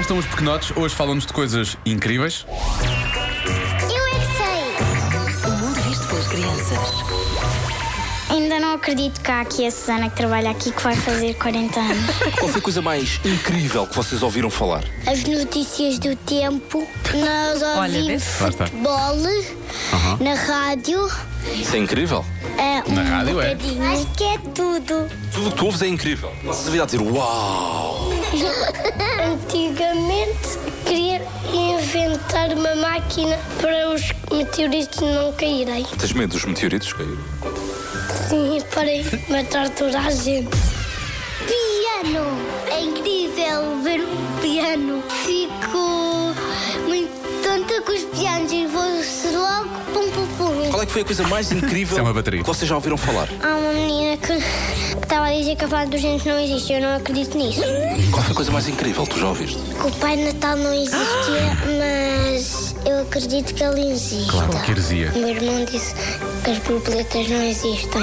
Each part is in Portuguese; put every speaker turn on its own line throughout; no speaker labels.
estão os pequenotes. Hoje falam-nos de coisas incríveis.
Eu é que sei!
O mundo visto pelas crianças.
Ainda não acredito que há aqui a Susana que trabalha aqui que vai fazer 40 anos.
Qual foi a coisa mais incrível que vocês ouviram falar?
As notícias do tempo, nós
Olha,
ouvimos
vês?
Lá está.
futebol na rádio.
Isso é incrível?
É,
Na
um
rádio, é?
bocadinho. Acho que é tudo.
Tudo o que tu ouves é incrível. Vocês viram a dizer uau!
Antigamente queria inventar uma máquina para os meteoritos não caírem.
Tens medo dos meteoritos caírem?
Sim, para matar toda a gente. Piano! É incrível ver um piano. Fico muito tonta com os pianos e vou-se logo pum pum pum.
Qual é que foi a coisa mais incrível
Isso é uma bateria.
que vocês já ouviram falar?
Há uma menina que que estava a dizer que a fada dos dentes não existe, eu não acredito nisso.
Qual foi a coisa mais incrível que tu já ouviste?
Que o Pai Natal não existia, mas eu acredito que ele existe.
Claro que heresia.
O meu irmão disse que as borboletas não existem.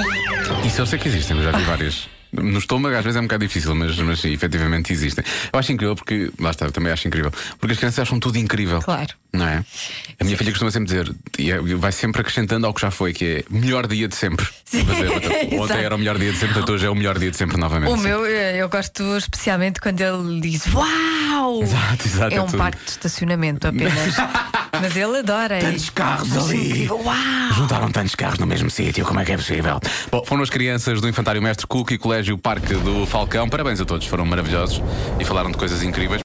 Isso eu sei que existem, eu já vi várias. No estômago às vezes é um bocado difícil, mas, mas sim, efetivamente existem. Eu acho incrível porque, lá está, eu também acho incrível. Porque as crianças acham tudo incrível.
Claro.
Não é? A minha filha costuma sempre dizer, e é- vai sempre acrescentando ao que já foi, que é melhor dia de sempre. Mas é, ontem-
exato.
ontem era o melhor dia de sempre, portanto hoje é o melhor dia de sempre novamente.
O
sim.
meu, eh, eu gosto especialmente quando ele diz Uau!
Exato, exato,
É
é
um
tudo.
parque de estacionamento apenas. Mas ele adora. e-
Tantos carros
Acho
ali.
incrível. Uau!
Juntaram tantos carros no mesmo sítio, como é que é possível? Bom, foram as crianças do Infantário Mestre Cook e Colégio Parque do Falcão. Parabéns a todos, foram maravilhosos e falaram de coisas incríveis.